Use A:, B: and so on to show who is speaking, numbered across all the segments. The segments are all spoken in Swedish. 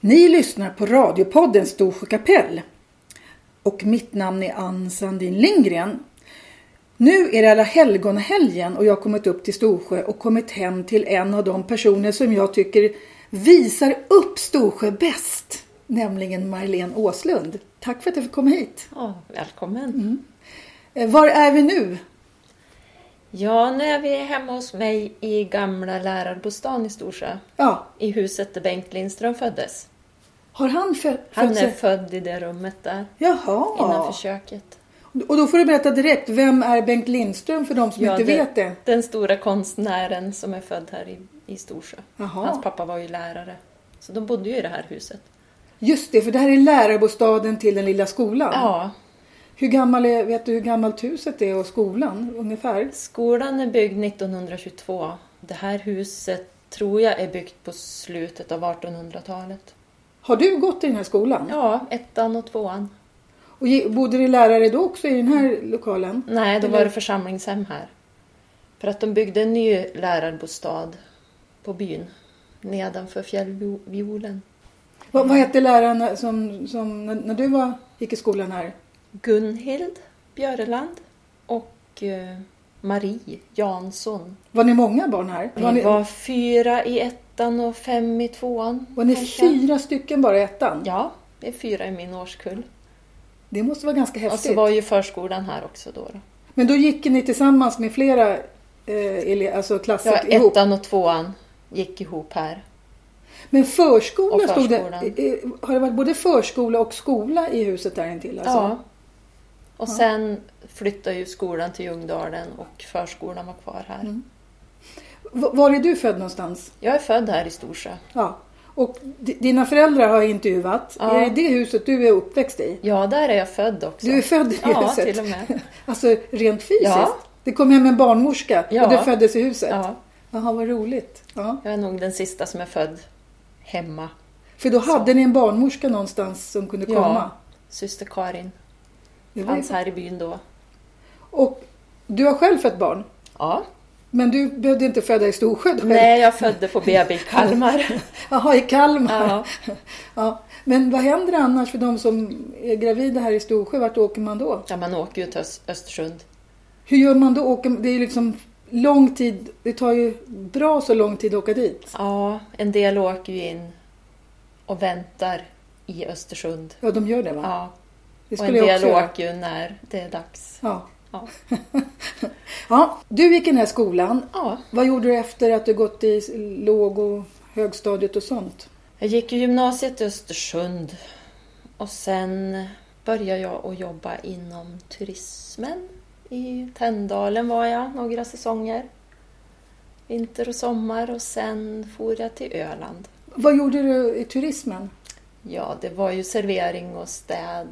A: Ni lyssnar på radiopodden Storsjö kapell. Och mitt namn är Ann Sandin Lindgren. Nu är det alla helgonhelgen och jag har kommit upp till Storsjö och kommit hem till en av de personer som jag tycker visar upp Storsjö bäst. Nämligen Marlene Åslund. Tack för att jag fick komma hit.
B: Ja, välkommen.
A: Eh, Var är vi nu?
B: Ja, nu är vi hemma hos mig i gamla lärarbostaden i Storsjö.
A: Ja,
B: I huset där Bengt Lindström föddes.
A: har han fö-
B: Han
A: fötts-
B: är född i det rummet där,
A: Jaha.
B: innanför köket.
A: Och då får du berätta direkt, vem är Bengt Lindström för de som inte vet det?
B: Den stora konstnären som är född här i, i Storsjö.
A: Jaha.
B: Hans pappa var ju lärare. Så de bodde ju i det här huset.
A: Just det, för det här är lärarbostaden till den lilla skolan.
B: Ja,
A: Hur gammal är, vet du hur gammalt huset är och skolan ungefär?
B: skolan är byggd 1922. Det här huset tror jag är byggt på slutet av 1800-talet.
A: Har du gått i den här skolan?
B: Ja, ettan och tvåan.
A: Och ge- bodde det lärare då också i den här lokalen?
B: Nej, då
A: Eller-
B: var det församlingshem här. För att de byggde en ny lärarbostad på byn nedanför fjällviolen.
A: Vad, vad hette läraren som, som när, när du var, gick i skolan här?
B: Gunhild Björeland och eh, Marie Jansson.
A: Var ni många barn här?
B: Vi
A: Var ni,
B: var fyra i ettan och fem i tvåan.
A: var ni
B: kanske.
A: fyra stycken bara i ettan?
B: Ja, vi är fyra i min årskull.
A: Det måste vara ganska
B: Och
A: häftigt.
B: så Alltså, var ju förskolan här också då. då.
A: Men då gick ni tillsammans med flera eh, ele- alltså klasser
B: Ja,
A: ihop?
B: ettan och tvåan gick ihop här.
A: Men förskola
B: Och
A: stod det.
B: förskolan.
A: eh, Har det varit både förskola och skola i huset där intill? Alltså?
B: Ja. Och sen flyttade ju skolan till Ljungdalen och förskolan var kvar här.
A: Mm. V- Var är du född någonstans?
B: Jag är född här i Storsjö.
A: Ja. Och di- dina föräldrar har jag intervjuat.
B: Ja.
A: Är det det huset du är uppväxt i?
B: Ja, där är jag född också.
A: Du är född i
B: Ja,
A: huset?
B: till och med.
A: Alltså rent fysiskt?
B: Ja.
A: Det kom hem en barnmorska
B: Ja.
A: och du föddes i huset?
B: Ja,
A: Jaha, vad roligt. Ja.
B: jag är nog den sista som är född hemma.
A: För då hade ni en barnmorska någonstans som kunde komma?
B: Syster Karin
A: Det var ju-
B: fanns här i byn då.
A: Och du har själv fött barn?
B: Ja.
A: Men du behövde inte föda i Storsjö då?
B: Nej, jag födde på BB i Kalmar.
A: Jaha, i Kalmar.
B: Ja.
A: Ja, men vad händer annars för de som är gravida här i Storsjö? Vart åker man då?
B: Ja, man åker ju till Öst- Östersund.
A: Hur gör man då? Åker, det är ju liksom lång tid. Det tar ju bra så lång tid att åka dit.
B: Ja, en del åker ju in och väntar i Östersund.
A: Ja, de gör det va?
B: Ja,
A: det
B: och en del åker ju när det är dags.
A: Ja.
B: Ja.
A: ja, du gick i den här skolan.
B: Ja.
A: Vad gjorde du efter att du gått i låg och högstadiet och sånt?
B: Jag gick ju gymnasiet i Östersund och sen började jag att jobba inom turismen. I Tändalen var jag några säsonger. Vinter och sommar och sen for jag till Öland.
A: Vad gjorde du i turismen?
B: Ja, det var ju servering och städ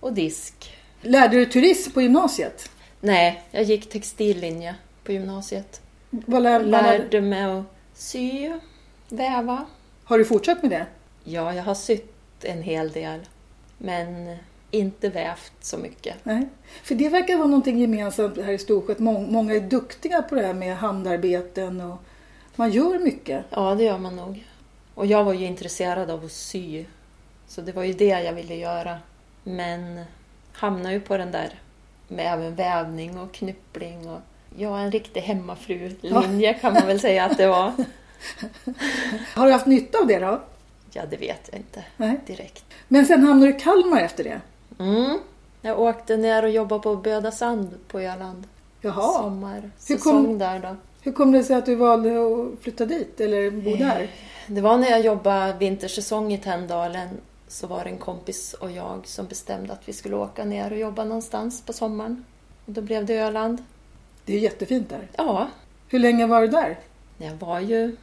B: och disk.
A: Lärde du turism på gymnasiet?
B: Nej, jag gick textillinje på gymnasiet.
A: Vad lär,
B: Jag
A: vad lär,
B: lärde mig att sy, väva.
A: Har du fortsatt med det?
B: Ja, jag har sytt en hel del, men inte vävt så mycket.
A: Nej, för det verkar vara någonting gemensamt här i Storsjö. att Mång, många är duktiga på det här med handarbeten och man gör mycket.
B: Ja, det gör man nog. Och jag var ju intresserad av att sy. Så det var ju det jag ville göra. Men hamnade ju på den där med även vävning och knyppling och ja, en riktig hemmafru-linje kan man väl säga att det var.
A: Har du haft nytta av det då?
B: Ja, det vet jag inte
A: Nej.
B: direkt.
A: Men sen hamnade du i Kalmar efter det?
B: Mm. Jag åkte ner och jobbade på Böda sand på Öland.
A: Jaha.
B: Sommarsäsong där då.
A: Hur kom det sig att du valde att flytta dit eller
B: Eh.
A: bo där?
B: Det var när jag jobbade vintersäsong i Tändalen så var det en kompis och jag som bestämde att vi skulle åka ner och jobba någonstans på sommaren. Och då blev det Öland.
A: Det är ju jättefint där.
B: Ja,
A: Hur länge var du där?
B: jag var ju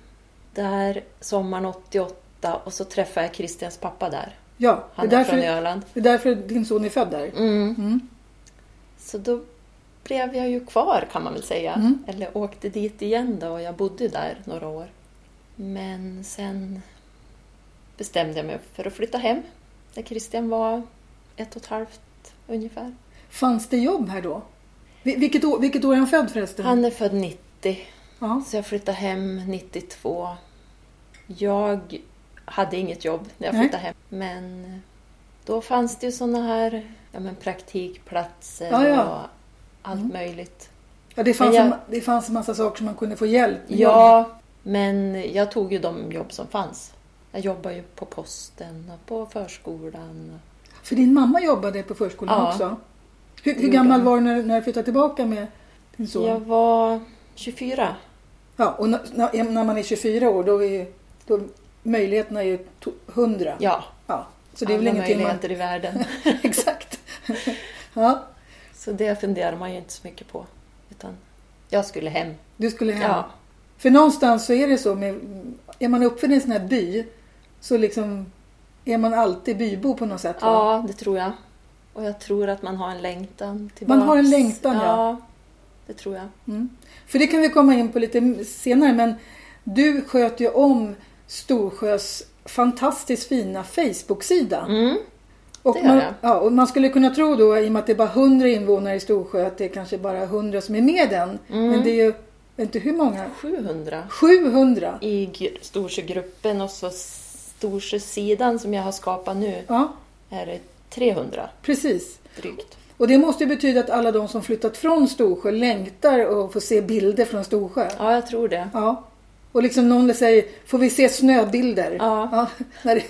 B: där sommaren 88 och så träffade jag Christians pappa där.
A: Ja, det är,
B: Han är från
A: därför,
B: Öland.
A: det är därför din son är född där.
B: Mm.
A: Mm.
B: Så då blev jag ju kvar kan man väl säga.
A: Mm.
B: Eller åkte dit igen då och jag bodde där några år. Men sen bestämde jag mig för att flytta hem när Christian var ett och ett halvt
A: Mm.
B: ungefär.
A: Fanns det jobb här då? Vil- Vilket år, vilket år är han född förresten?
B: Han är född 90
A: Ja.
B: så jag flyttade hem 92. Jag hade inget jobb när jag
A: Nej.
B: flyttade hem. Men då fanns det ju såna här ja, men praktikplatser
A: Ja, Mm. ja.
B: och allt möjligt.
A: Ja, det, fanns
B: Men
A: en,
B: jag-
A: det fanns en massa saker som man kunde få hjälp med.
B: Ja, men jag tog ju de jobb som fanns. Jag jobbade ju på posten och på förskolan.
A: För din mamma jobbade på förskolan
B: Ja.
A: också. Hur, hur
B: gjorde
A: gammal
B: hon.
A: var du när, när du flyttade tillbaka med din son?
B: Jag var 24.
A: Ja, och när, när- när man är 24 år då är ju då, möjligheterna är ju to- 100.
B: Ja,
A: Ja, Så det är väl
B: alla
A: ingenting man...
B: möjligheter i världen.
A: Exakt. ja,
B: Så det funderar man ju inte så mycket på. Utan jag skulle hem.
A: du skulle hem.
B: Ja,
A: För någonstans så är det så med... Är man uppfödd i en sån här by så liksom är man alltid bybo på något sätt. va?
B: ja det tror jag. Och jag tror att man har en längtan tillbaks.
A: Man har en längtan, ja.
B: Ja, det tror jag.
A: Mm. För det kan vi komma in på lite senare, men du sköt ju om Storsjös fantastiskt fina Facebook-sida.
B: Mm.
A: och,
B: det gör
A: man,
B: jag.
A: ja, och man skulle kunna tro då, i och med att det är bara 100 invånare i Storsjö, att det är kanske bara 100 som är med i den.
B: Mm.
A: Men det är ju, jag vet inte hur många?
B: 700
A: 700!
B: i gr- Storsjögruppen och så Storsjösidan som jag har skapat nu
A: Ja,
B: är det 300
A: precis.
B: drygt.
A: Och det måste ju betyda att alla de som flyttat från Storsjö längtar och får se bilder från Storsjö.
B: Ja, jag tror det.
A: Ja. Och liksom någon säger, får vi se snöbilder?
B: Ja.
A: när det,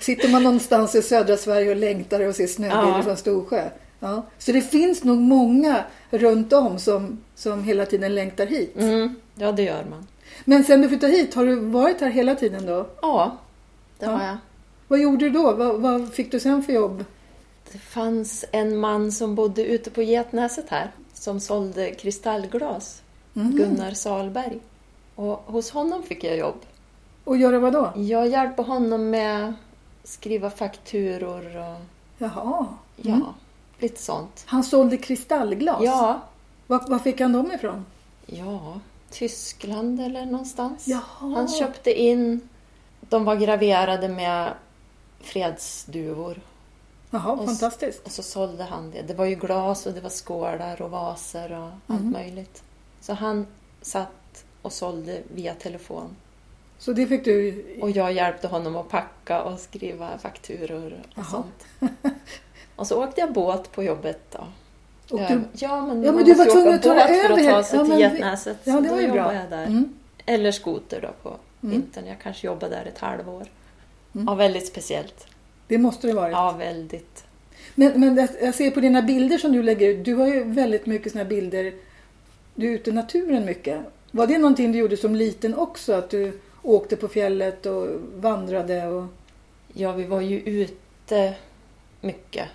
A: sitter man någonstans i södra Sverige och längtar och ser snöbilder
B: Ja.
A: från Storsjö. Ja. Så det finns nog många runt om som, som hela tiden längtar hit.
B: Mm. Ja, det gör man.
A: Men sen du flyttade hit, har du varit här hela tiden då?
B: Ja, det
A: Ja.
B: har jag.
A: Vad gjorde du då? Vad, vad fick du sen för jobb?
B: Det fanns en man som bodde ute på Getnäset här som sålde kristallglas.
A: Mm.
B: Gunnar Salberg. Och hos honom fick jag jobb.
A: Och göra vad då?
B: Jag hjälpte honom med att skriva fakturor och
A: Jaha.
B: ja, lite sånt.
A: Han sålde kristallglas.
B: Mm. Ja,
A: Var, var fick han dem ifrån?
B: ja, Tyskland eller någonstans.
A: Jaha.
B: Han köpte in, de var graverade med fredsduvor.
A: Jaha,
B: s-
A: fantastiskt.
B: Och så sålde han det. Det var ju glas och det var skålar och vaser och
A: Mm.
B: allt möjligt. Så han satt och sålde via telefon.
A: Så det fick du
B: Och jag hjälpte honom att packa och skriva fakturor och
A: Jaha.
B: sånt. Och så åkte jag båt på jobbet då.
A: Och
B: ja,
A: du-
B: ja,
A: Ja, men
B: men man
A: du var
B: måste ju
A: tvungen att
B: åka
A: ta
B: båt
A: över
B: för att
A: hela-
B: ta sig
A: ja, men
B: till
A: vi-
B: Getnäset.
A: Ja,
B: så
A: det
B: då
A: var ju bra.
B: jobbade Jag där.
A: Mm.
B: Eller skoter då på vintern. Jag kanske jobbade där ett halvår.
A: Mm.
B: Ja, väldigt speciellt.
A: Det måste det varit.
B: Ja, väldigt.
A: Men, men jag- jag ser på dina bilder som du lägger ut, du har ju väldigt mycket såna här bilder. Du är ute i naturen mycket. Var det någonting du gjorde som liten också? Att du åkte på fjället och vandrade? Och...
B: Ja, vi var ju ute mycket.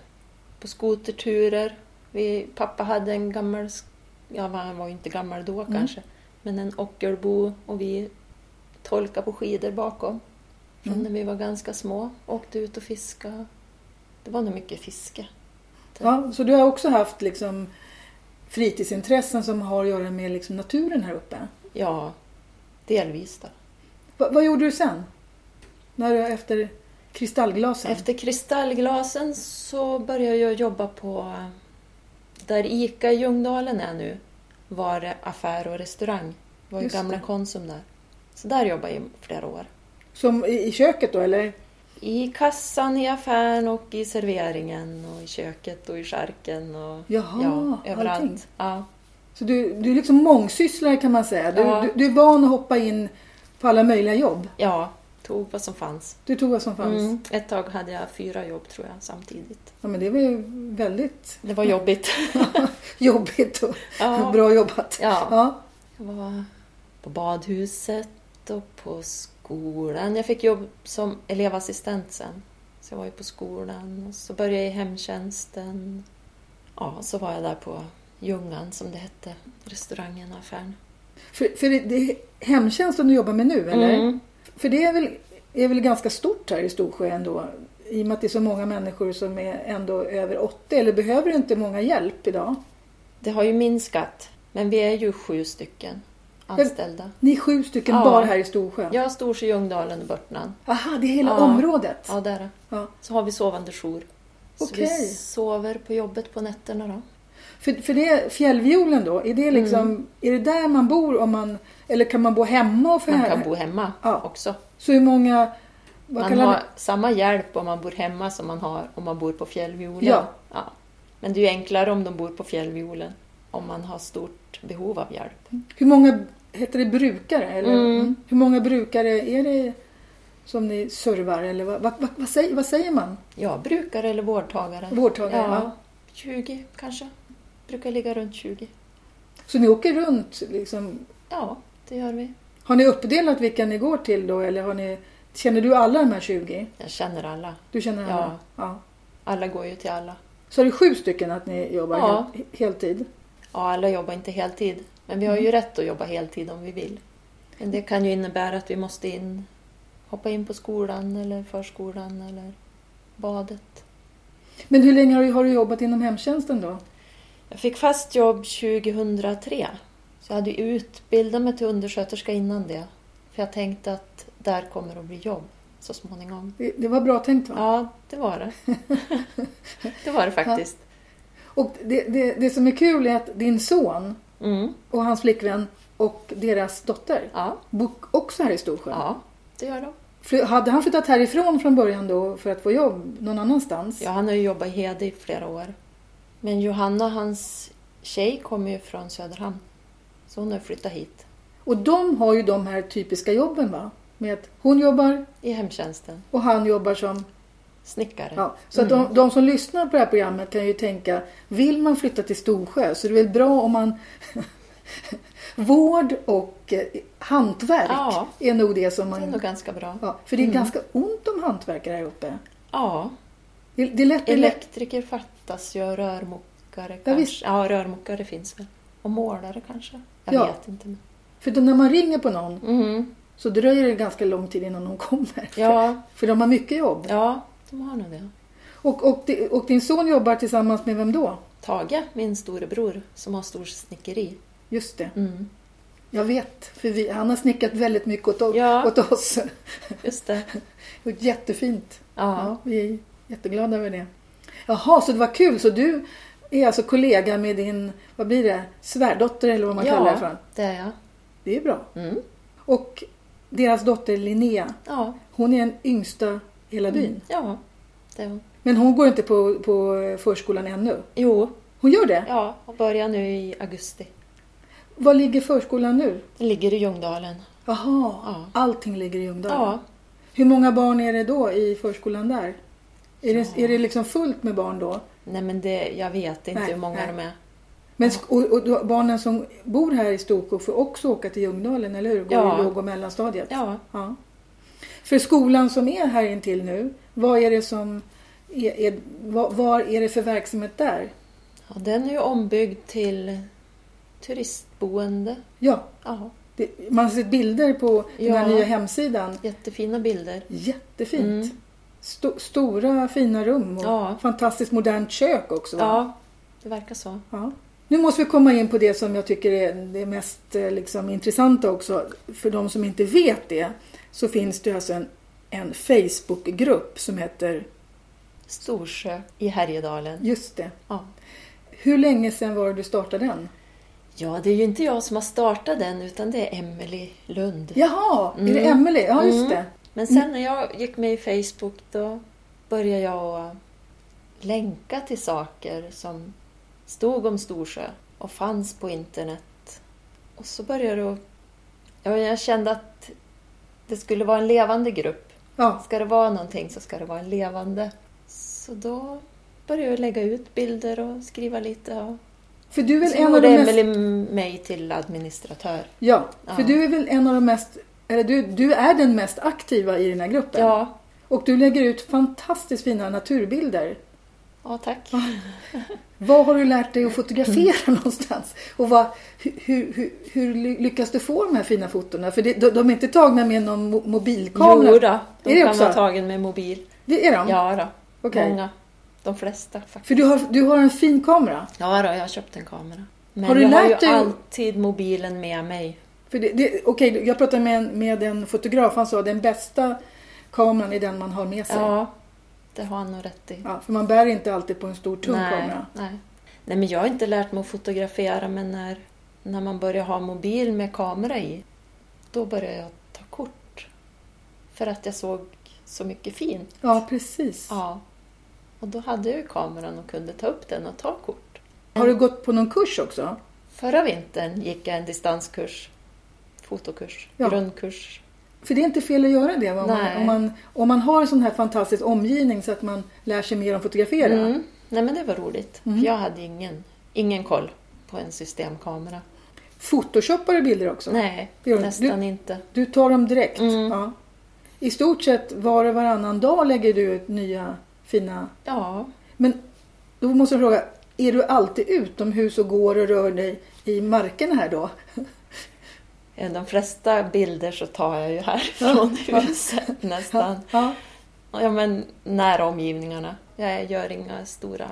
B: På skoterturer. Vi, pappa hade en gammal, sk- ja men han var ju inte gammal då kanske, men en ockerbo och vi tolkade på skidor bakom. Från när vi var ganska små. Åkte ut och fiskade. Det var nog mycket fiske.
A: Ja, så du har också haft liksom fritidsintressen som har att göra med liksom naturen här uppe.
B: Ja, delvis då.
A: Va, vad gjorde du sen? När du, efter kristallglasen?
B: Efter kristallglasen så började jag jobba på... Där ICA i Ljungdalen är nu var det affär och restaurang. Det var ju
A: Just
B: gamla
A: det.
B: Konsum där. Så där jobbade jag i flera år.
A: Som i, i köket då eller?
B: I kassan, i affären och i serveringen och i köket och i charken och
A: Jaha,
B: ja, överallt.
A: allting.
B: Ja,
A: Så du, du är liksom mångsysslare kan man säga. Du,
B: Ja.
A: du, du är van att hoppa in på alla möjliga jobb.
B: ja, tog vad som fanns.
A: Du tog vad som fanns.
B: Mm. Ett tag hade jag fyra jobb tror jag samtidigt.
A: Ja, men det var ju väldigt
B: Det var jobbigt.
A: jobbigt och
B: Ja.
A: bra jobbat.
B: Ja.
A: Ja.
B: Jag var på badhuset och på skolan. Jag fick jobb som elevassistent sen. Så jag var ju på skolan och så började jag i hemtjänsten. Ja, så var jag där på Ljungan som det hette, restaurangen och affären.
A: För, för det- det är hemtjänsten du jobbar med nu, eller?
B: Mm.
A: För det är väl, är väl ganska stort här i Storsjö ändå? I och med att det är så många människor som är ändå över 80, eller behöver inte många hjälp idag?
B: Det har ju minskat, men vi är ju sju stycken anställda.
A: Ni är sju stycken
B: Ja.
A: bara här i Storsjö?
B: Jag, Storsjö, Ljungdalen och Börtnan.
A: Aha, det är hela
B: Ja.
A: området?
B: Ja, där är.
A: Ja.
B: Så har vi sovande jour. Så
A: Okej.
B: vi sover på jobbet på nätterna då.
A: För, för det, fjällviolen då, är
B: Mm.
A: det, liksom, är det där man bor? Om man, eller kan man bo hemma? Och för
B: Man kan bo hemma
A: Ja.
B: också.
A: Så hur många Vad
B: Man
A: kallar
B: har
A: ni-
B: samma hjälp om man bor hemma som man har om man bor på fjällviolen.
A: Ja.
B: Ja. Men det är ju enklare om de bor på fjällviolen, om man har stort behov av hjälp.
A: Hur många heter det brukare? Eller?
B: Mm.
A: Mm. Hur många brukare är det som ni servar? Eller vad, vad, vad, vad, säger, vad säger man?
B: Ja, brukare eller vårdtagare.
A: Vårdtagare, ja.
B: ja. 20 kanske. Brukar ligga runt 20.
A: Så ni åker runt? Liksom.
B: Ja, det gör vi.
A: Har ni uppdelat vilka ni går till då? Eller har ni, känner du alla de här 20?
B: Jag känner alla.
A: Du känner alla?
B: Ja.
A: ja.
B: Alla går ju till alla.
A: Så är det sju stycken att ni jobbar
B: Ja.
A: hel, heltid?
B: Ja, alla jobbar inte heltid, men vi har
A: Mm.
B: ju rätt att jobba heltid om vi vill. Men det kan ju innebära att vi måste in, hoppa in på skolan eller förskolan eller badet.
A: Men hur länge har du, har du jobbat inom hemtjänsten då?
B: Jag fick fast jobb 2003, så jag hade ju utbildat mig till undersköterska innan det. För jag tänkte att där kommer att bli jobb så småningom.
A: Det, det var bra tänkt va?
B: Ja, det var det. det var det faktiskt.
A: Och det, det, det som är kul är att din son
B: Mm,
A: och hans flickvän och deras dotter
B: ja,
A: bor också här i Storsjön.
B: ja, det gör de.
A: Fly- Hade han flyttat härifrån från början då för att få jobb någon annanstans?
B: Ja, han har ju jobbat i Hede i flera år. Men Johanna, hans tjej, kommer ju från Söderhamn. Så hon har flyttat hit,
A: Och de har ju de här typiska jobben va? Med att hon jobbar
B: i hemtjänsten.
A: och han jobbar som...
B: Snickare.
A: Ja. Så att
B: Mm.
A: de, de som lyssnar på det här programmet kan ju tänka, vill man flytta till Storsjö så är det väl bra om man... Vård och eh, hantverk
B: Ja.
A: är nog det som
B: Det är nog Mm.
A: man...
B: ganska bra. Ja.
A: Ja, för det är ganska ont om hantverkare här uppe. Det, det är lätt... det är lätt-
B: Elektriker fattas ju, rörmokare
A: Ja, visst.
B: kanske. Ja, rörmokare finns väl. Och målare kanske. Jag
A: Ja. Mhm.
B: vet inte. Men...
A: För då när man ringer på någon
B: Mm.
A: så dröjer det ganska lång tid innan de kommer.
B: Ja,
A: För de har mycket jobb.
B: ja, de har nog det.
A: Och, och, di- och din son jobbar tillsammans med vem då?
B: Tage, min storebror, som har stor snickeri.
A: Just det,
B: Mm.
A: jag vet. För vi, han har snickrat väldigt mycket åt, o-
B: Ja.
A: åt oss.
B: Just det.
A: Och jättefint.
B: Ja.
A: Ja, vi är jätteglada över det. Jaha, så det var kul. Så du är alltså kollega med din, vad blir det, svärdotter eller vad man kallar det för.
B: ja, det är jag.
A: Det är bra.
B: Mm.
A: Och deras dotter Linnea,
B: Ja.
A: hon är den yngsta i hela
B: Mm.
A: byn.
B: Ja, det är hon.
A: Men hon går inte på, på förskolan ännu.
B: Jo,
A: Hon gör det?
B: ja, och börjar nu i augusti.
A: Var ligger förskolan nu?
B: Den ligger i Ljungdalen.
A: Jaha,
B: Ja.
A: allting ligger i Ljungdalen.
B: Ja,
A: Hur många barn är det då i förskolan där? Är, det, är det liksom fullt med barn då?
B: nej men det, jag vet inte
A: Nej,
B: hur många
A: nej.
B: de är.
A: Men, sk- och, och då- barnen som bor här i Storsjö får också åka till Ljungdalen, eller hur? Går
B: Ja.
A: i låg och mellanstadiet?
B: Ja,
A: Ja. För skolan som är här intill nu, vad är det som är, är, vad, vad är det för verksamhet där?
B: ja den är ju ombyggd till turistboende.
A: Ja,
B: Ja,
A: det, man har sett bilder på den här
B: Ja.
A: nya hemsidan.
B: jättefina bilder.
A: Jättefint!
B: Mm.
A: Sto- stora fina rum och
B: Ja.
A: fantastiskt modernt kök också. va?
B: Ja, det verkar så.
A: Ja. Nu måste vi komma in på det som jag tycker är det mest eh, liksom, intressanta också. För de som inte vet det så finns det alltså en, en Facebookgrupp som heter
B: Storsjö i Härjedalen.
A: just det.
B: Ja.
A: Hur länge sedan var det du startade den?
B: ja, det är ju inte jag som har startat den utan det är Emelie Lund.
A: Jaha, är
B: Mm.
A: det Emelie? Ja, just det.
B: Men sen när jag gick med i Facebook då började jag att länka till saker som stod om Storsjö och fanns på internet. Och så började jag... Ja, jag kände att det skulle vara en levande grupp.
A: Ja.
B: Ska det vara någonting så ska det vara en levande. Så då började jag lägga ut bilder och skriva lite. Och
A: För du är väl
B: så
A: en av
B: gjorde
A: de mest...
B: Emelie mig till administratör.
A: Ja, för
B: Ja.
A: du är väl en av de mest... Eller du, du är den mest aktiva i den här gruppen.
B: Ja,
A: Och du lägger ut fantastiskt fina naturbilder.
B: ja tack.
A: Vad har du lärt
B: Mm.
A: dig att fotografera någonstans? Och vad, hur, hur, hur, hur ly- lyckas du få de här fina fotona? För det, de, de är inte tagna med någon mo- mobilkamera?
B: Jo då,
A: Är
B: de
A: det
B: kan
A: också?
B: vara tagen med mobil.
A: Det är de?
B: Ja då.
A: Okej.
B: Många. De flesta faktiskt.
A: För du har, du har en fin kamera.
B: Ja då, jag har köpt en kamera. Men
A: Har du
B: jag
A: lärt
B: har ju
A: dig-
B: alltid mobilen med mig.
A: För det, det, okej, jag pratade med en, med en fotograf. Han sa att den bästa kameran är den man har med sig.
B: Ja, det har han nog rätt i.
A: Ja, för man bär inte alltid på en stor tung
B: nej,
A: kamera.
B: nej. nej, men jag har inte lärt mig att fotografera men när, när man börjar ha mobil med kamera i, då börjar jag ta kort. För att jag såg så mycket fint.
A: Ja, precis.
B: Ja. Och då hade jag ju kameran och kunde ta upp den och ta kort.
A: Har du gått på någon kurs också?
B: Förra vintern gick jag en distanskurs, fotokurs,
A: Ja.
B: grundkurs.
A: För det är inte fel att göra det. va? Om, man,
B: Nej.
A: om, man, om man har en sån här fantastisk omgivning så att man lär sig mer om fotografera.
B: Mm. Nej men det var roligt.
A: Mm.
B: För Jag hade ingen, ingen koll på en systemkamera.
A: Photoshoppar du bilder också?
B: Nej,
A: Det gör du-
B: nästan inte.
A: Du tar dem direkt?
B: Mm.
A: Ja. I stort sett var och varannan dag lägger du ut nya fina...
B: Ja,
A: Men då måste jag fråga, är du alltid utomhus och går och rör dig i markerna här då?
B: eh, de flesta bilder så tar jag ju härifrån huset nästan.
A: Ja.
B: Ja men nära omgivningarna. Jag gör inga stora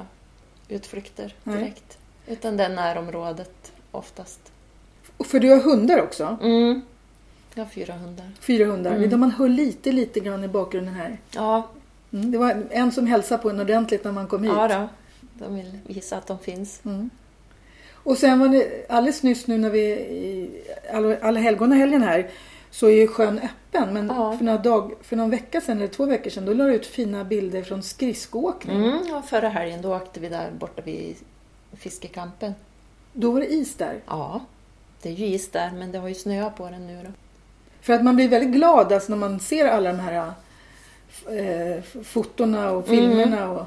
B: utflykter
A: Nej.
B: direkt. Utan det är närområdet oftast.
A: Och För du har hundar också?
B: Mm. Jag har fyra hundar.
A: Fyra hundar. Mm. Man hör lite, lite grann i bakgrunden här.
B: Ja,
A: Mm. Det var en som hälsade på en ordentligt när man kom hit.
B: ja då. De vill visa att de finns.
A: Mm. Och sen var det alldeles nyss nu när vi i All- Alla helgon och helgen här så är ju sjön öppen. Men
B: Ja.
A: för, några dag, för någon vecka sedan eller två veckor sedan då la du ut fina bilder från skridskoåkning.
B: Mm, och förra helgen då åkte vi där borta vid fiskekampen.
A: Då var det is där.
B: Ja, det är ju is där men det har ju snöat på den nu då.
A: För att man blir väldigt glad alltså, när man ser alla de här eh, f- fotona och
B: Mm.
A: filmerna. Och,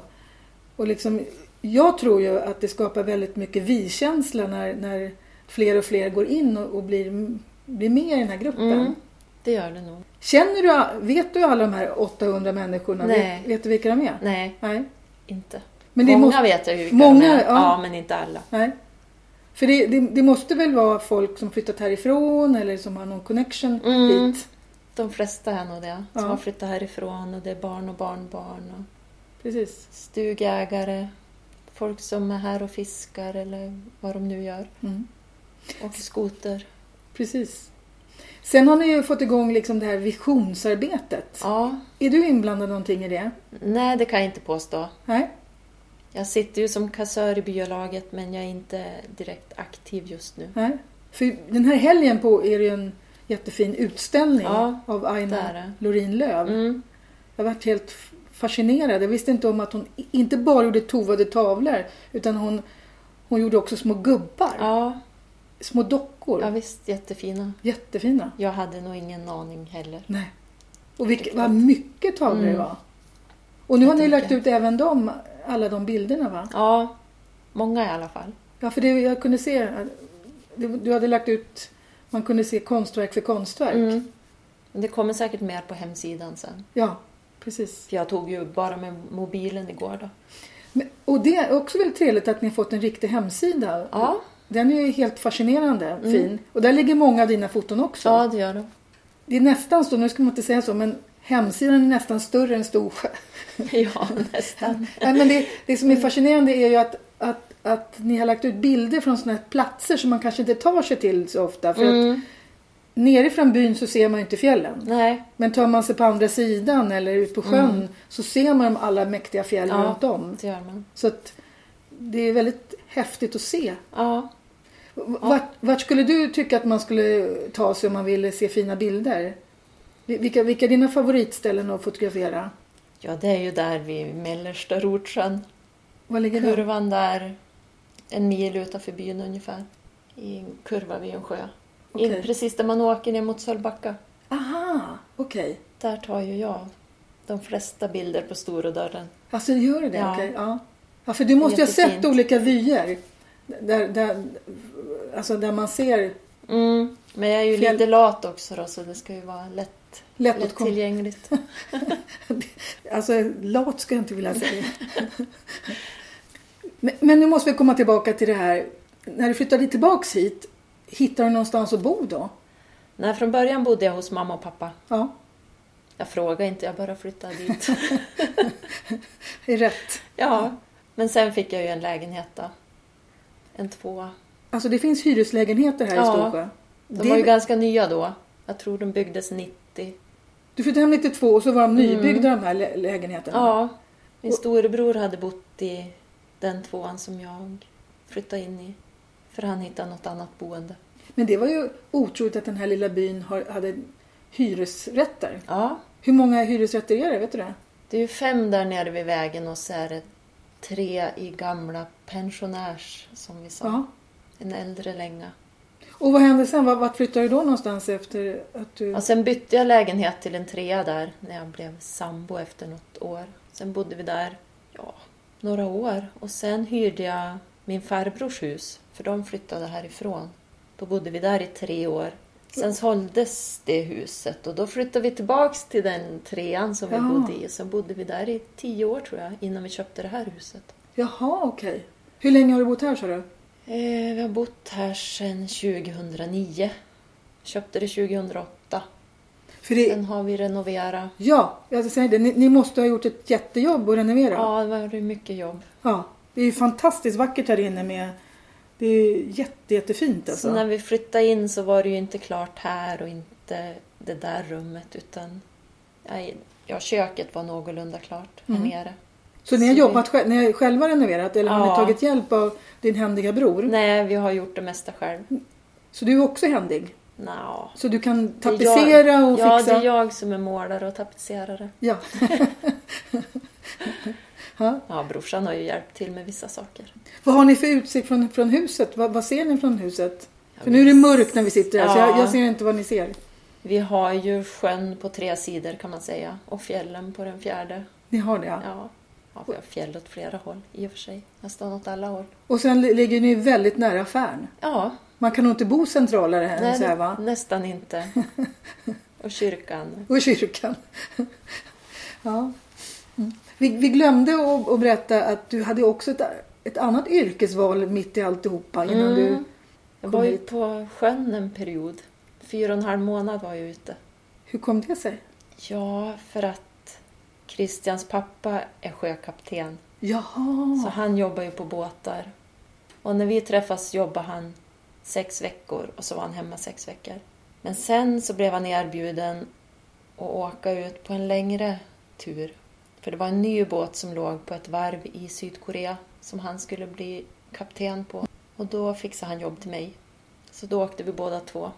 A: och liksom, jag tror ju att det skapar väldigt mycket vi-känsla när, när fler och fler går in och, och blir, blir med i den här gruppen.
B: Mm, det gör det nog.
A: Känner du, vet du alla de här 800 människorna?
B: Nej.
A: Vet, vet du vilka de är?
B: Nej,
A: Nej.
B: inte.
A: Men det
B: många
A: måste-
B: vet jag ju vilka
A: många,
B: de är.
A: ja.
B: Ja, men inte alla.
A: Nej. För det, det, det måste väl vara folk som flyttat härifrån eller som har någon connection
B: Mm.
A: hit?
B: De flesta är nog det. Som
A: Ja.
B: har flyttat härifrån och det är barn och barnbarn och
A: Precis.
B: stugägare. Folk som är här och fiskar eller vad de nu gör.
A: Mm.
B: Åker skoter.
A: Precis. Sen har ni ju fått igång liksom det här visionsarbetet.
B: Ja,
A: Är du inblandad någonting i det?
B: nej det kan jag inte påstå.
A: Nej?
B: Jag sitter ju som kassör i byalaget men jag är inte direkt aktiv just nu.
A: Nej. För den här helgen på är det ju en jättefin utställning
B: Ja,
A: av
B: det är
A: Aina
B: det.
A: Lorin Löv.
B: Mm.
A: Jag varit helt f- fascinerad. Jag visste inte om att hon i- inte bara gjorde tovade tavlor utan hon, hon gjorde också små gubbar.
B: Ja,
A: Små dockor.
B: ja, visst jättefina.
A: Jättefina.
B: Jag hade nog ingen aning heller.
A: Nej. Och vilk, vad mycket tavlor det
B: Mm.
A: var. Och nu har ni lagt ut även dem, alla de bilderna va?
B: Ja, många i alla fall.
A: Ja, för det jag kunde se. att- det- Du hade lagt ut, man kunde se konstverk för konstverk.
B: Mm. Men det kommer säkert mer på hemsidan sen.
A: Ja, precis.
B: För jag tog ju bara med mobilen igår då.
A: Men, och det är också väldigt trevligt att ni har fått en riktig hemsida.
B: Ja,
A: Den är ju helt fascinerande fin. Och där ligger många av dina foton också.
B: Mm. ja det gör de.
A: Det är nästan så, nu ska man inte säga så, men hemsidan är nästan större än Storsjö.
B: Ja, nästan.
A: Nej, men det, det som är
B: Mm.
A: fascinerande är ju att, att, att ni har lagt ut bilder från sådana här platser som man kanske inte tar sig till så ofta. För att
B: Mm.
A: nerifrån byn så ser man ju inte fjällen.
B: Nej,
A: Men tar man sig på andra sidan eller ut på sjön så ser man de alla mäktiga fjällen
B: Mm. Ja.
A: runt om.
B: det gör man.
A: Så att det är väldigt häftigt att se.
B: Ja.
A: V- Vart, vart skulle du tycka att man skulle ta sig om man ville se fina bilder? Vi- Vilka, vilka är dina favoritställen att fotografera?
B: ja, det är ju där vid mellersta Rotsjön.
A: Var ligger det?
B: Kurvan där, en mil utanför byn ungefär. I en kurva vid en sjö.
A: Okej.
B: In, precis där man åker ner mot Sölvbacka.
A: Aha, okej.
B: Där tar ju jag de flesta bilder på stora dörren.
A: Alltså gör det det?
B: Ja.
A: Ja. ja. ja för du måste ju ha sett
B: Jättefint.
A: olika vyer. Där, där, alltså där man ser
B: Mm. Men jag är ju
A: Fjäll-
B: lite lat också då, så det ska ju vara lätt,
A: lätt,
B: lätt
A: att komma...
B: tillgängligt.
A: Alltså lat skulle jag inte vilja säga. men, men nu måste vi komma tillbaka till det här. När du flyttade tillbaks hit, hittade du någonstans att bo då?
B: Nej, från början bodde jag hos mamma och pappa.
A: Ja,
B: Jag frågade inte, jag bara flyttade dit.
A: det är rätt.
B: ja. Men sen fick jag ju en lägenhet då. En tvåa.
A: Alltså det finns hyreslägenheter här i
B: Ja.
A: Storsjö.
B: De
A: Det-
B: var ju ganska nya då. Jag tror de byggdes 90.
A: Du flyttade hem 92 och så var de nybyggda de här lä- lägenheterna.
B: Mm. Ja. Min storebror hade bott i den tvåan som jag flyttade in i. För han hittade något annat boende.
A: Men det var ju otroligt att den här lilla byn har, hade hyresrätter.
B: Ja,
A: Hur många hyresrätter är det? Vet du det?
B: Det är ju fem där nere vid vägen och så är det tre i gamla pensionärs, som vi sa.
A: Ja.
B: En äldre länga.
A: Och vad hände sen? Vart- Vart flyttade du då någonstans efter att du...
B: Ja, sen bytte jag lägenhet till en trea där när jag blev sambo efter något år. Sen bodde vi där, ja, några år. Och sen hyrde jag min farbrors hus, för de flyttade härifrån. Då bodde vi där i tre år. Sen såldes det huset och då flyttade vi tillbaks till den trean som vi
A: Ja.
B: bodde i. Sen bodde vi där i tio år tror jag, innan vi köpte det här huset.
A: Jaha, okej. Hur länge har du bott här sa du?
B: Eh, vi har bott här sedan 2009. Köpte det 2008.
A: För det...
B: Sen har vi renoverat
A: Ja, jag säger det. Ni, ni måste ha gjort ett jättejobb och renovera.
B: Ja, det var ju mycket jobb.
A: Ja, det är ju fantastiskt vackert här inne med... Det är ju jätte, jättefint alltså.
B: Så när vi flyttade in så var det ju inte klart här och inte det där rummet utan nej, ja, köket var någorlunda klart här nere.
A: Så ni har
B: Så
A: jobbat själv, ni har själva renoverat eller har ni
B: Ja.
A: tagit hjälp av din händiga bror?
B: Nej, vi har gjort det mesta själv.
A: Så du är också händig?
B: Nå.
A: Så du kan
B: Det är jag-
A: tapetsera och
B: Ja, det
A: fixa?
B: är jag som är målare och tapetserare.
A: Ja. ja.
B: Ja, brorsan har ju hjälpt till med vissa saker.
A: Vad har ni för utsikt från, från huset? Vad, vad ser ni från huset?
B: Ja,
A: För nu är det mörkt när vi sitter här så jag,
B: Ja.
A: jag ser inte vad ni ser.
B: Vi har ju sjön på tre sidor kan man säga och fjällen på den fjärde.
A: Ni har det ja.
B: Ja, ja vi har fjäll åt flera håll i och för sig. Nästan åt alla håll.
A: Och sen li- ligger ni väldigt nära affären.
B: Ja,
A: Man kan nog inte bo centralare här än
B: Nej,
A: så här va?
B: nästan inte. Och kyrkan.
A: Och i kyrkan. ja. mm. vi, vi glömde att, att berätta att du hade också ett, ett annat yrkesval mitt i alltihopa innan
B: Mm.
A: du...
B: Jag
A: Kom
B: var ju
A: hit.
B: på sjön en period. Fyra och en halv månad var jag ute.
A: Hur kom det sig?
B: Ja, för att Christians pappa är sjökapten. Så
A: Jaha.
B: han jobbar ju på båtar. Och när vi träffas jobbar han sex veckor och så var han hemma sex veckor. Men sen så blev han erbjuden att åka ut på en längre tur. För det var en ny båt som låg på ett varv i Sydkorea som han skulle bli kapten på. Och då fixade han jobb till mig. Så då åkte vi båda två.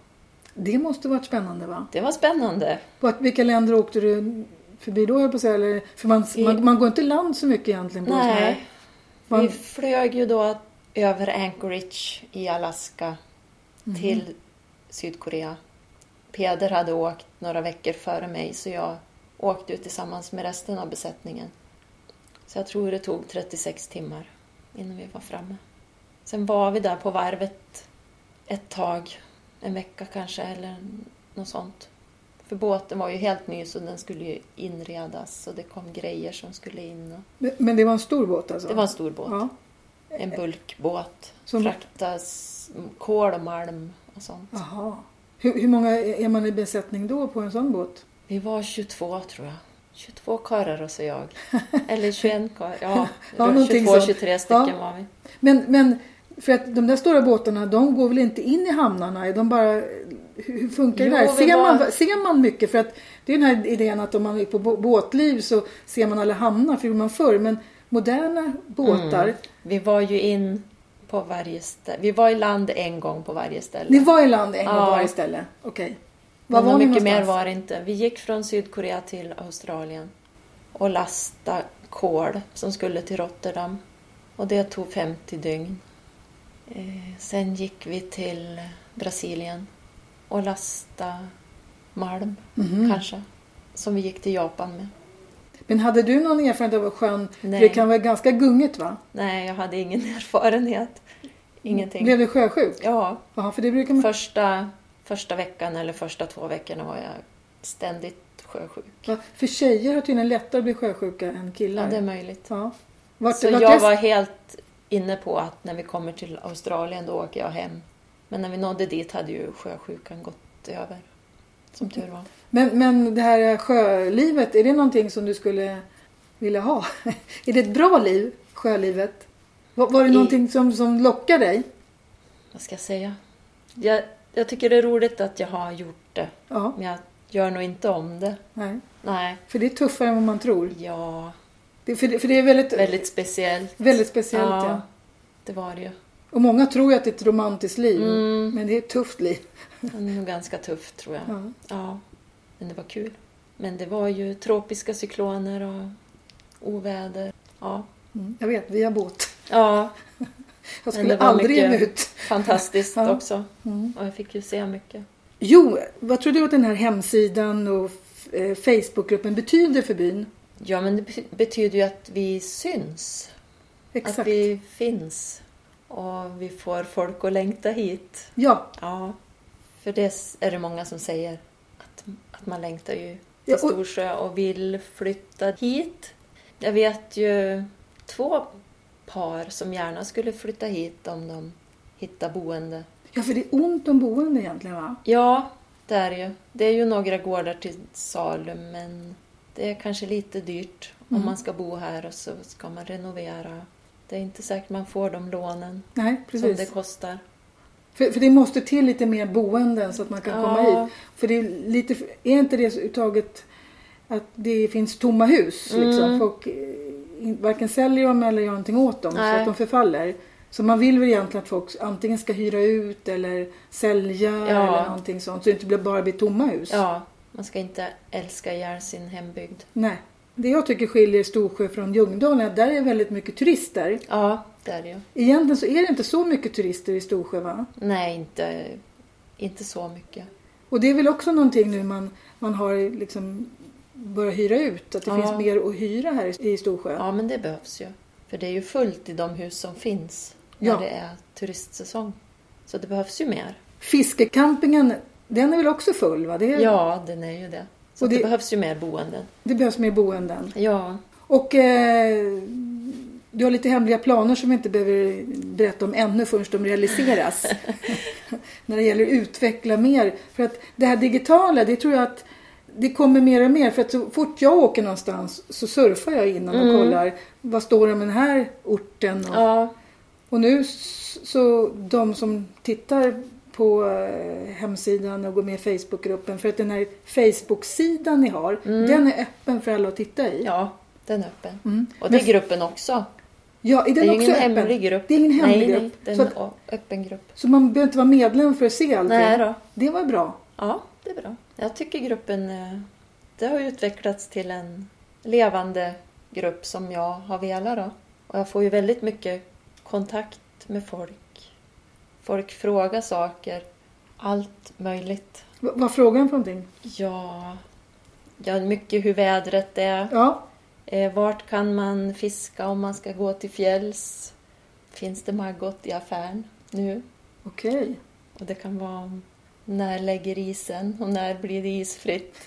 A: Det måste varit spännande va?
B: Det var spännande.
A: Vart, vilka länder åkte du förbi då höll jag på att säga? Eller, för man,
B: I-
A: man, man går inte i land så mycket egentligen på en sån här.
B: Nej,
A: Man,
B: vi flög ju då över Anchorage i Alaska
A: Mhm.
B: till Sydkorea. Peder hade åkt några veckor före mig så jag åkte ut tillsammans med resten av besättningen. Så jag tror det tog 36 timmar innan vi var framme. Sen var vi där på varvet ett tag, en vecka kanske eller något sånt. För båten var ju helt ny så den skulle ju inredas och det kom grejer som skulle in. Och...
A: men- men det var en stor båt alltså?
B: Det var en stor båt.
A: Ja.
B: En bulkbåt.
A: Som-
B: Fraktas kol och malm och sånt.
A: Jaha. Hur, hur många är man i besättning då på en sån båt?
B: Vi var 22 tror jag. 22 karlar och så jag. Eller 21 karlar. Ja,
A: Ja, någonting
B: 22,
A: sånt.
B: 23 stycken
A: Ja.
B: var vi.
A: Men, men för att de där stora båtarna, de går väl inte in i hamnarna? Är De bara, hur hur funkar det
B: Jo,
A: där?
B: vi
A: Ser
B: var-
A: man, ser man mycket? För att det är den här idén att om man är på bå- båtliv så ser man alla hamnar, för det gjorde man förr. Men moderna båtar,
B: Mm. Vi var ju in på varje ställe. Vi var i land en gång på varje ställe.
A: ni var i land en gång
B: Ja.
A: på varje ställe? Okej. Var
B: Men
A: var ni
B: mycket mer
A: någonstans?
B: var det inte. Vi gick från Sydkorea till Australien och lastade kol som skulle till Rotterdam. Och det tog 50 dygn. Eh, sen gick vi till Brasilien och lastade malm,
A: Mhm.
B: kanske, som vi gick till Japan med.
A: Men hade du någon erfarenhet av sjön?
B: Nej.
A: För det kan vara ganska gungigt va?
B: Nej, jag hade ingen erfarenhet. Ingenting.
A: Blev du sjösjuk?
B: Ja,
A: Jaha, för det brukar man...
B: första, första veckan eller första två veckorna var jag ständigt sjösjuk.
A: Va? För tjejer har tydligen lättare att bli sjösjuka än
B: Ja,
A: killar.
B: det är möjligt.
A: Ja. Vart,
B: Så
A: vart
B: jag
A: jag
B: var helt inne på att när vi kommer till Australien då åker jag hem. Men när vi nådde dit hade ju sjösjukan gått över. Som tur var.
A: men, men det här sjölivet, är det någonting som du skulle vilja ha? är det ett bra liv, sjölivet? Var, var det
B: I-
A: någonting som, som lockar dig?
B: Vad ska jag säga? Jag, jag tycker det är roligt att jag har gjort det.
A: Ja.
B: Men jag gör nog inte om det.
A: Nej.
B: Nej,
A: För det är tuffare än vad man tror.
B: ja.
A: Det, för, det, för det är väldigt, väldigt,
B: Väldigt speciellt.
A: speciellt. Ja.
B: Ja, det var det ju.
A: Och många tror ju att det är ett romantiskt liv.
B: Mm,
A: Men det är ett tufft liv.
B: det är nog ganska tufft tror jag.
A: Ja.
B: Ja, men det var kul. Men det var ju tropiska cykloner och oväder. Ja,
A: Mm, jag vet, vi har båt.
B: ja
A: Jag
B: det
A: skulle
B: var
A: aldrig ge mig
B: mycket-
A: ut.
B: fantastiskt
A: Ja.
B: också.
A: Mm.
B: Och jag fick ju se mycket.
A: Jo, vad tror du att den här hemsidan och eh, Facebookgruppen betyder för byn?
B: Ja, men det bety- betyder ju att vi syns. Att
A: Exakt.
B: vi finns. Och vi får folk att längta hit.
A: Ja,
B: Ja, för det s- är det många som säger. Att, att man längtar ju
A: Ja,
B: till
A: och-
B: Storsjö och vill flytta hit. Jag vet ju två par som gärna skulle flytta hit om de hittar boende.
A: ja, för det är ont om boende egentligen va?
B: Ja, det är det ju. Det är ju några gårdar till salu men det är kanske lite dyrt
A: Mm.
B: om man ska bo här och så ska man renovera. Det är inte säkert man får de lånen
A: Nej,
B: som det
A: precis.
B: kostar.
A: För, för det måste till lite mer boenden så att man kan
B: Ja.
A: komma hit. För det är lite, är inte det så uttaget att det finns tomma hus liksom?
B: Mm.
A: Folk eh, in- varken säljer dem eller gör någonting åt dem så
B: Nej.
A: att de förfaller. Så man vill väl egentligen att folk antingen ska hyra ut eller sälja eller någonting sånt så det inte blir- bara blir tomma hus.
B: Ja, man ska inte älska ihjäl sin hembygd.
A: Nej. Det jag tycker skiljer Storsjö från Ljungdalen är att där är väldigt mycket turister.
B: Ja, det är det ju.
A: Egentligen så är det inte så mycket turister i Storsjö va?
B: Nej, inte, inte så mycket.
A: Och det är väl också någonting nu man, man har liksom börjat hyra ut. Att det
B: Ja.
A: finns mer att hyra här i Storsjö.
B: Ja, men det behövs ju. För det är ju fullt i de hus som finns när
A: Ja.
B: det är turistsäsong. Så det behövs ju mer.
A: Fiskecampingen, den är väl också full va? Det, är,
B: Ja, den är ju det. Så
A: Och det-
B: det behövs ju mer boenden.
A: det behövs mer boenden.
B: Ja,
A: Och eh, du har lite hemliga planer som vi inte behöver berätta om ännu förrän de realiseras. När det gäller att utveckla mer. För att det här digitala, det tror jag att det kommer mer och mer. För att så fort jag åker någonstans så surfar jag innan och
B: Mm.
A: kollar. Vad står det om den här orten? Och,
B: ja,
A: Och nu s- så de som tittar på eh, hemsidan och går med i Facebookgruppen. För att den här Facebook-sidan ni har, den är öppen för alla att titta i.
B: Mm. ja den är öppen.
A: Mm.
B: Och det är gruppen också.
A: Ja, är
B: Det
A: den
B: är ju
A: också
B: ingen
A: öppen?
B: hemlig grupp.
A: Det är ingen hemlig
B: nej,
A: grupp.
B: Nej, det är
A: så,
B: en
A: att,
B: o- öppen grupp.
A: så man behöver inte vara medlem för att se allting?
B: Nej då.
A: Det var bra.
B: Ja, det är bra. Jag tycker gruppen eh, det har utvecklats till en levande grupp som jag har velat. Då. Och jag får ju väldigt mycket kontakt med folk. Folk frågar saker. Allt möjligt.
A: V- vad frågan för någonting?
B: Ja, ja mycket hur vädret är.
A: Ja,
B: Eh, vart kan man fiska om man ska gå till fjälls? Finns det maggot i affären nu?
A: okej.
B: Och det kan vara om när lägger isen och när blir det isfritt?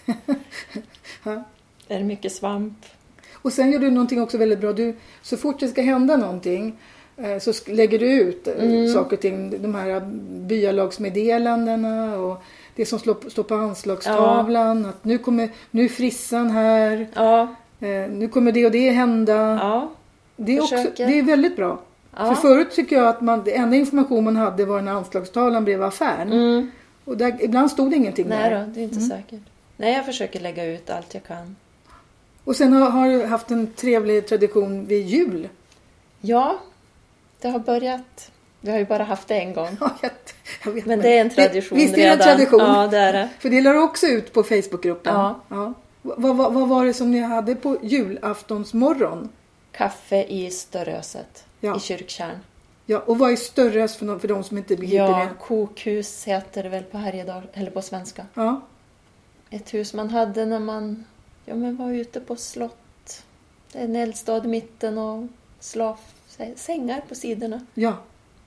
A: Ja.
B: Är det mycket svamp?
A: Och sen gör du någonting också väldigt bra. Du, så fort det ska hända någonting eh, så sk- lägger du ut eh,
B: Mm.
A: saker och ting. De här eh, byalagsmeddelandena och det som slår- står på anslagstavlan. Att nu, kommer, nu är frissan här.
B: Ja,
A: eh, Nu kommer det och det hända.
B: ja,
A: det, är också,
B: försöker.
A: det är väldigt bra. För
B: ja.
A: förut tycker jag att man, det enda information man hade var när anslagstavlan blev affären.
B: Mm.
A: Och där, ibland stod det ingenting
B: Nej
A: där.
B: då, det är inte säkert. Nej, jag försöker lägga ut allt jag kan.
A: Och sen har, har du haft en trevlig tradition vid jul.
B: Ja, det har börjat. Vi har ju bara haft det en gång.
A: Ja, jag, jag vet
B: Men det är en tradition
A: Visst är det en
B: redan.
A: tradition?
B: Ja, det är det.
A: För det la du också ut på Facebookgruppen.
B: Ja.
A: Vad vad- vad var det som ni hade på julaftonsmorgon?
B: Kaffe i Störöset
A: Ja.
B: i Kyrktjärn.
A: Ja, och vad är störrös för, de- för de som inte begriper
B: Ja,
A: det?
B: kokhus heter det väl på Härjedal, eller på svenska.
A: Ja.
B: Ett hus man hade när man ja, men var ute på slott. Det är en eldstad i mitten och slaf, sängar på sidorna.
A: ja.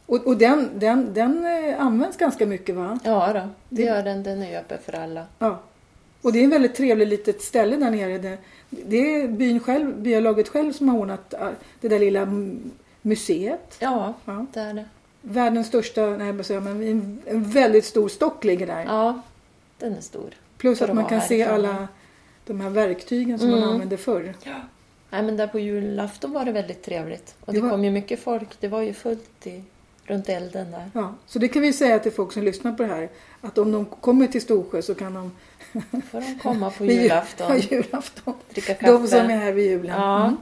A: Och, och den, den, den eh, används ganska mycket va?
B: Ja då,
A: Det-
B: det gör den. Den är ju öppen för alla.
A: Ja. Och det är ett väldigt trevligt litet ställe där nere. Det, det är byn själv, byalaget själv som har ordnat eh, det där lilla mm, museet.
B: Ja,
A: Ja.
B: det är det.
A: Världens största, nej jag säga, men en, en väldigt stor stock ligger där.
B: Ja, den är stor.
A: Plus
B: För
A: att
B: att
A: man
B: vara
A: kan se
B: härifrån.
A: alla de här verktygen som man
B: Mm.
A: använde förr.
B: Ja. Nej, men där på julafton var det väldigt trevligt. Och
A: Det
B: det,
A: var-
B: kom ju mycket folk. Det var ju fullt i, runt elden där.
A: Ja, så det kan vi säga till folk som lyssnar på det här. Att om de kommer till Storsjö så kan de...
B: Då får de komma på
A: vid jul- Ja,
B: julafton,
A: julafton.
B: dricka kaffe.
A: De som är här vid julen.
B: Ja.
A: Mm.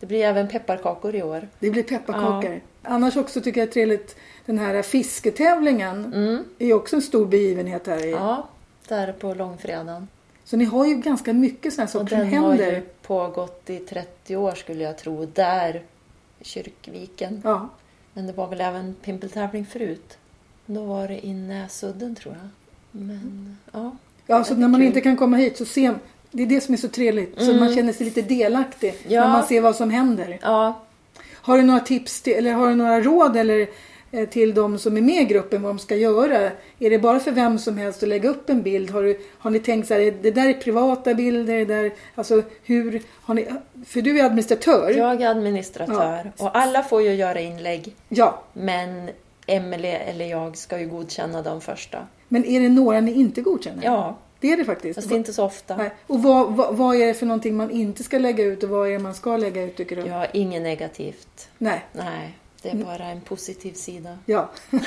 B: Det blir även pepparkakor i år.
A: Det blir pepparkakor. Annars också tycker jag det är trevligt den här fisketävlingen.
B: Mm.
A: Eh. är ju också en stor begivenhet här. I.
B: Ja, där på långfredagen.
A: Så ni har ju ganska mycket sådana
B: Och
A: saker som
B: den har
A: händer.
B: ju pågått i 30 år skulle jag tro, där i Kyrkviken.
A: Ja,
B: Men det var väl även pimpeltävling förut. Då var det i Näsudden tror jag.
A: Mm.
B: Men ja,
A: ja så när man
B: Kul. Mm.
A: inte kan komma hit så ser det är det som är så trevligt. Så man känner sig lite delaktig när
B: Ja.
A: man ser vad som händer.
B: ja
A: Har du några tips till, eller har du några råd eller, eh, till de som är med i gruppen vad de ska göra? Är det bara för vem som helst att lägga upp en bild? Har, du, har ni tänkt så här, det där är privata bilder, det där, alltså hur, har ni, för du är administratör.
B: jag är administratör. Och alla får ju göra inlägg.
A: ja.
B: Men Emelie eller jag ska ju godkänna de första.
A: Men är det några ni inte godkänner?
B: Ja,
A: Det är det faktiskt.
B: fast inte så ofta.
A: Nej. Och vad, vad, vad är det för någonting man inte ska lägga ut och vad är det man ska lägga ut tycker du?
B: Ja, inget negativt.
A: Nej.
B: Nej, det
A: Mm.
B: är bara en positiv sida.
A: Ja.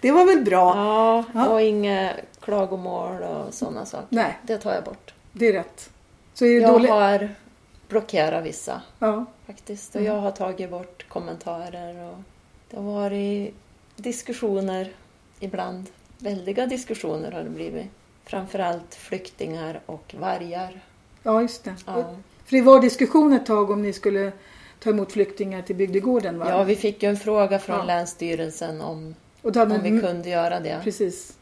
A: det var väl bra.
B: Ja,
A: Ja.
B: och inga klagomål och sådana saker.
A: Nej.
B: Det tar jag bort.
A: Det är rätt. Så är det
B: Jag
A: dåligt?
B: har blockerat vissa
A: Ja.
B: faktiskt. Och
A: Mm.
B: jag har tagit bort kommentarer och det har varit diskussioner ibland. Väldiga diskussioner har det blivit. Framförallt flyktingar och vargar.
A: ja, just det.
B: Ja.
A: För det var diskussion ett tag om ni skulle ta emot flyktingar till bygdegården va?
B: Ja, vi fick ju en fråga från
A: Ja.
B: Länsstyrelsen om,
A: och då hade
B: om
A: ni-
B: vi kunde göra det.
A: Precis.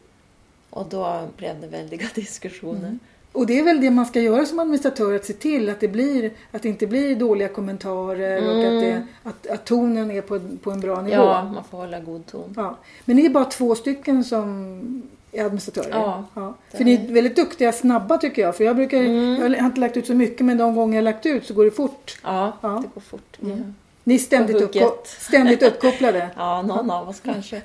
B: Och då blev det väldiga diskussioner.
A: Mm. Och det är väl det man ska göra som administratör, att se till att det, blir, att det inte blir dåliga kommentarer och
B: Mm.
A: att, det, att, att tonen är på, på en bra nivå.
B: Ja, man får hålla god ton.
A: Ja. Men ni är bara två stycken som är administratörer?
B: Ja.
A: För ni är väldigt duktiga snabba tycker jag. För jag brukar,
B: Mm.
A: jag har inte lagt ut så mycket men de gånger jag har lagt ut så går det fort.
B: Ja,
A: Ja. Mm.
B: det går fort.
A: Ni är ständigt,
B: På hugget.
A: uppko- ständigt uppkopplade.
B: Ja, någon av oss kanske.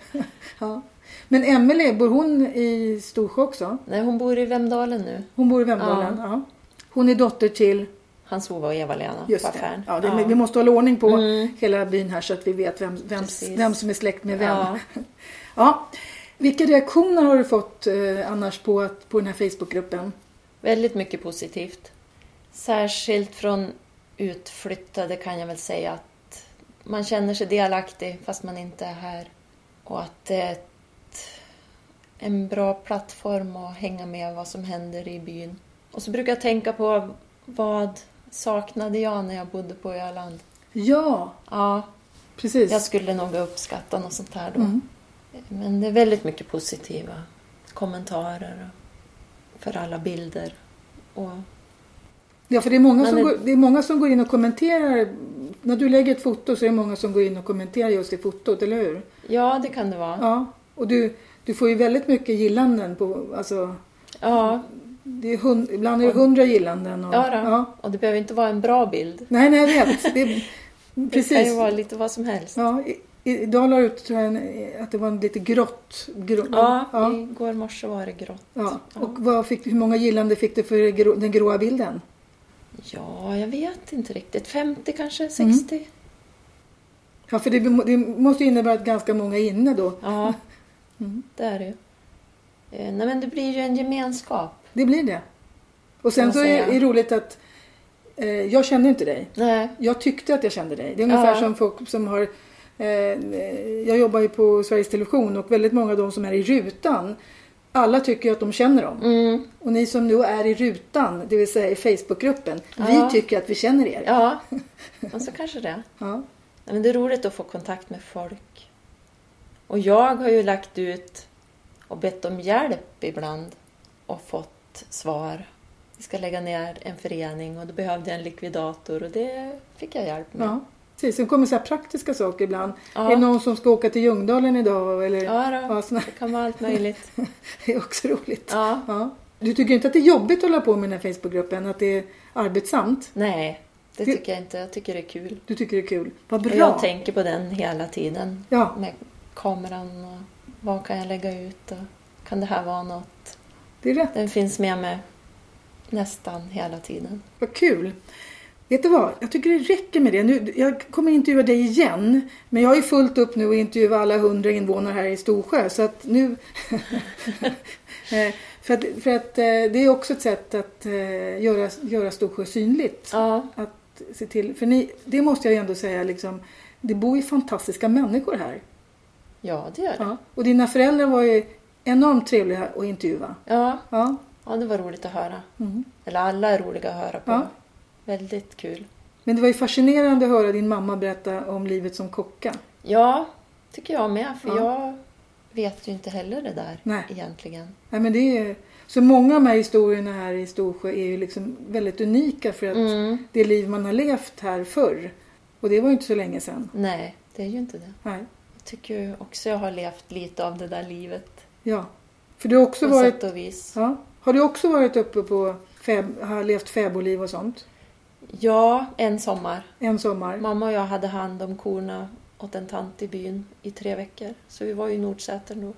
A: ja. Men Emelie, bor hon i Storsjö också?
B: Nej, hon bor i Vemdalen nu.
A: Hon bor i Vemdalen. Ja. Hon är dotter till
B: Hans-Ove och Eva-Lena
A: Just det.
B: Baffern.
A: Ja, det Vi måste hålla ordning på
B: Mm.
A: hela byn här så att vi vet vem, vem,
B: Precis.
A: vem som är släkt med vem. Ja.
B: Ja.
A: Vilka reaktioner har du fått eh, annars på, att, på den här Facebookgruppen?
B: Väldigt mycket positivt. Särskilt från utflyttade kan jag väl säga att man känner sig delaktig fast man inte är här. Och att det är ett, en bra plattform att hänga med vad som händer i byn. Och så brukar jag tänka på vad saknade jag när jag bodde på Öland?
A: Ja,
B: Ja,
A: precis.
B: jag skulle nog uppskatta något sånt här då.
A: Mm.
B: Men det är väldigt mycket positiva kommentarer och- för alla bilder. Och
A: Ja, för det är, många
B: Men
A: som
B: det-
A: Går, det är många som går in och kommenterar. När du lägger ett foto så är det många som går in och kommenterar just det fotot, eller hur?
B: Ja, det kan det vara.
A: Ja. Och du, du får ju väldigt mycket gillanden på, alltså,
B: Ja,
A: det är hund, ibland är det hundra gillanden. Och,
B: ja, då. och det behöver inte vara en bra bild.
A: Nej, nej, jag vet. Det, är- precis.
B: Det kan ju vara lite vad som helst.
A: Ja, i- idag la jag ut tror jag, en- att det var en lite grått. Grå,
B: Ja,
A: ja,
B: igår morse var det grått.
A: ja. Och vad fick, hur många gillande fick du för det grå, den gråa bilden?
B: Ja, jag vet inte riktigt. 50 kanske, 60?
A: Ja, för det, må- det måste ju innebära att ganska många är inne då.
B: Ja, det är det ju. Eh, Nej, men det blir ju en gemenskap.
A: Det blir det. Och sen
B: Kan man
A: så är
B: säga.
A: det roligt att eh, jag känner inte dig.
B: Nej,
A: Jag tyckte att jag kände dig. Det är ungefär
B: Ja.
A: som folk som har... Eh, jag jobbar ju på Sveriges Television och väldigt många av de som är i rutan, alla tycker ju att de känner dem.
B: mm,
A: Och ni som nu är i rutan, det vill säga i Facebookgruppen,
B: Ja.
A: vi tycker att vi känner er.
B: ja. Men så kanske det.
A: Ja.
B: Nej, men det är roligt att få kontakt med folk. Och jag har ju lagt ut och bett om hjälp ibland och fått svar. Vi ska lägga ner en förening och då behövde jag en likvidator och det fick jag hjälp med.
A: ja. Precis, sen kommer så här praktiska saker ibland.
B: Ja.
A: Är det någon som ska åka till Ljungdalen idag? Eller...
B: Ja, då.
A: Ja, såna...
B: det kan vara allt möjligt.
A: Det är också roligt.
B: Ja.
A: Ja. Du tycker inte att det är jobbigt att hålla på med den här Facebookgruppen? Att det är arbetsamt?
B: Nej, det
A: Det-
B: tycker jag inte. Jag tycker det är kul.
A: Du tycker det är kul? Vad
B: Och jag
A: bra!
B: tänker på den hela tiden.
A: Ja.
B: Med kameran och vad kan jag lägga ut och kan det här vara något?
A: Det är rätt.
B: Den finns med mig nästan hela tiden.
A: Vad kul! Vet du vad? Jag tycker det räcker med det. Nu, jag kommer intervjua dig igen. Men jag har ju fullt upp nu att intervjua alla hundra invånare här i Storsjö. Så att nu... Eh, för att, för att eh, det är också ett sätt att eh, göra, göra Storsjö synligt.
B: Ja,
A: Att se till, för ni, det måste jag ju ändå säga, liksom, det bor ju fantastiska människor här.
B: ja det gör det.
A: Ja. Och dina föräldrar var ju enormt trevliga att intervjua.
B: Ja,
A: Ja.
B: Ja, det var roligt att höra.
A: Mm.
B: Eller alla är roliga att höra på.
A: Ja.
B: Väldigt kul.
A: Men det var ju fascinerande att höra din mamma berätta om livet som kocka.
B: Ja, tycker jag med. För
A: Ja.
B: jag vet ju inte heller det där
A: Nej.
B: egentligen.
A: Nej, men det är, så många av de här historierna här i Storsjö är ju liksom väldigt unika för att
B: Mm.
A: det liv man har levt här förr. Och det var ju inte så länge sedan.
B: Nej, det är ju inte det.
A: Nej.
B: Jag tycker ju också jag har levt lite av det där livet.
A: Ja. För du har också
B: På
A: varit...
B: sätt och vis.
A: Ja. Har du också varit uppe på... Fäb, har levt fäbodliv och sånt?
B: Ja, en sommar.
A: En sommar?
B: Mamma och jag hade hand om korna åt en tant i byn i tre veckor. Så vi var ju i Nordsätern då.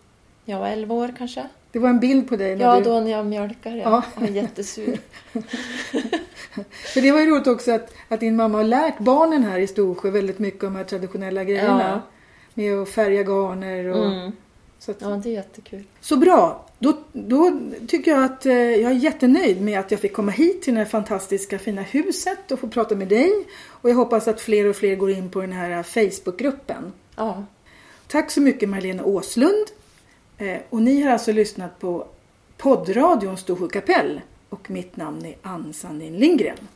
B: Jag var 11 år kanske.
A: Det var en bild på dig. När
B: Ja,
A: du,
B: då när jag mjölkar. Ja.
A: Ja.
B: Jag var jättesur.
A: För det var ju roligt också att, att din mamma har lärt barnen här i Storsjö väldigt mycket om de här traditionella grejerna.
B: Ja.
A: Med att färga garner och...
B: Mm.
A: Så att,
B: Ja, det är jättekul.
A: Så bra! Då, då tycker jag att eh, jag är jättenöjd med att jag fick komma hit till det här fantastiska fina huset och få prata med dig. Och jag hoppas att fler och fler går in på den här eh, Facebookgruppen.
B: Ja.
A: Tack så mycket Marlene Åslund. Eh, och ni har alltså lyssnat på poddradion Storsjö kapell. Och mitt namn är Ann Sandin Lindgren.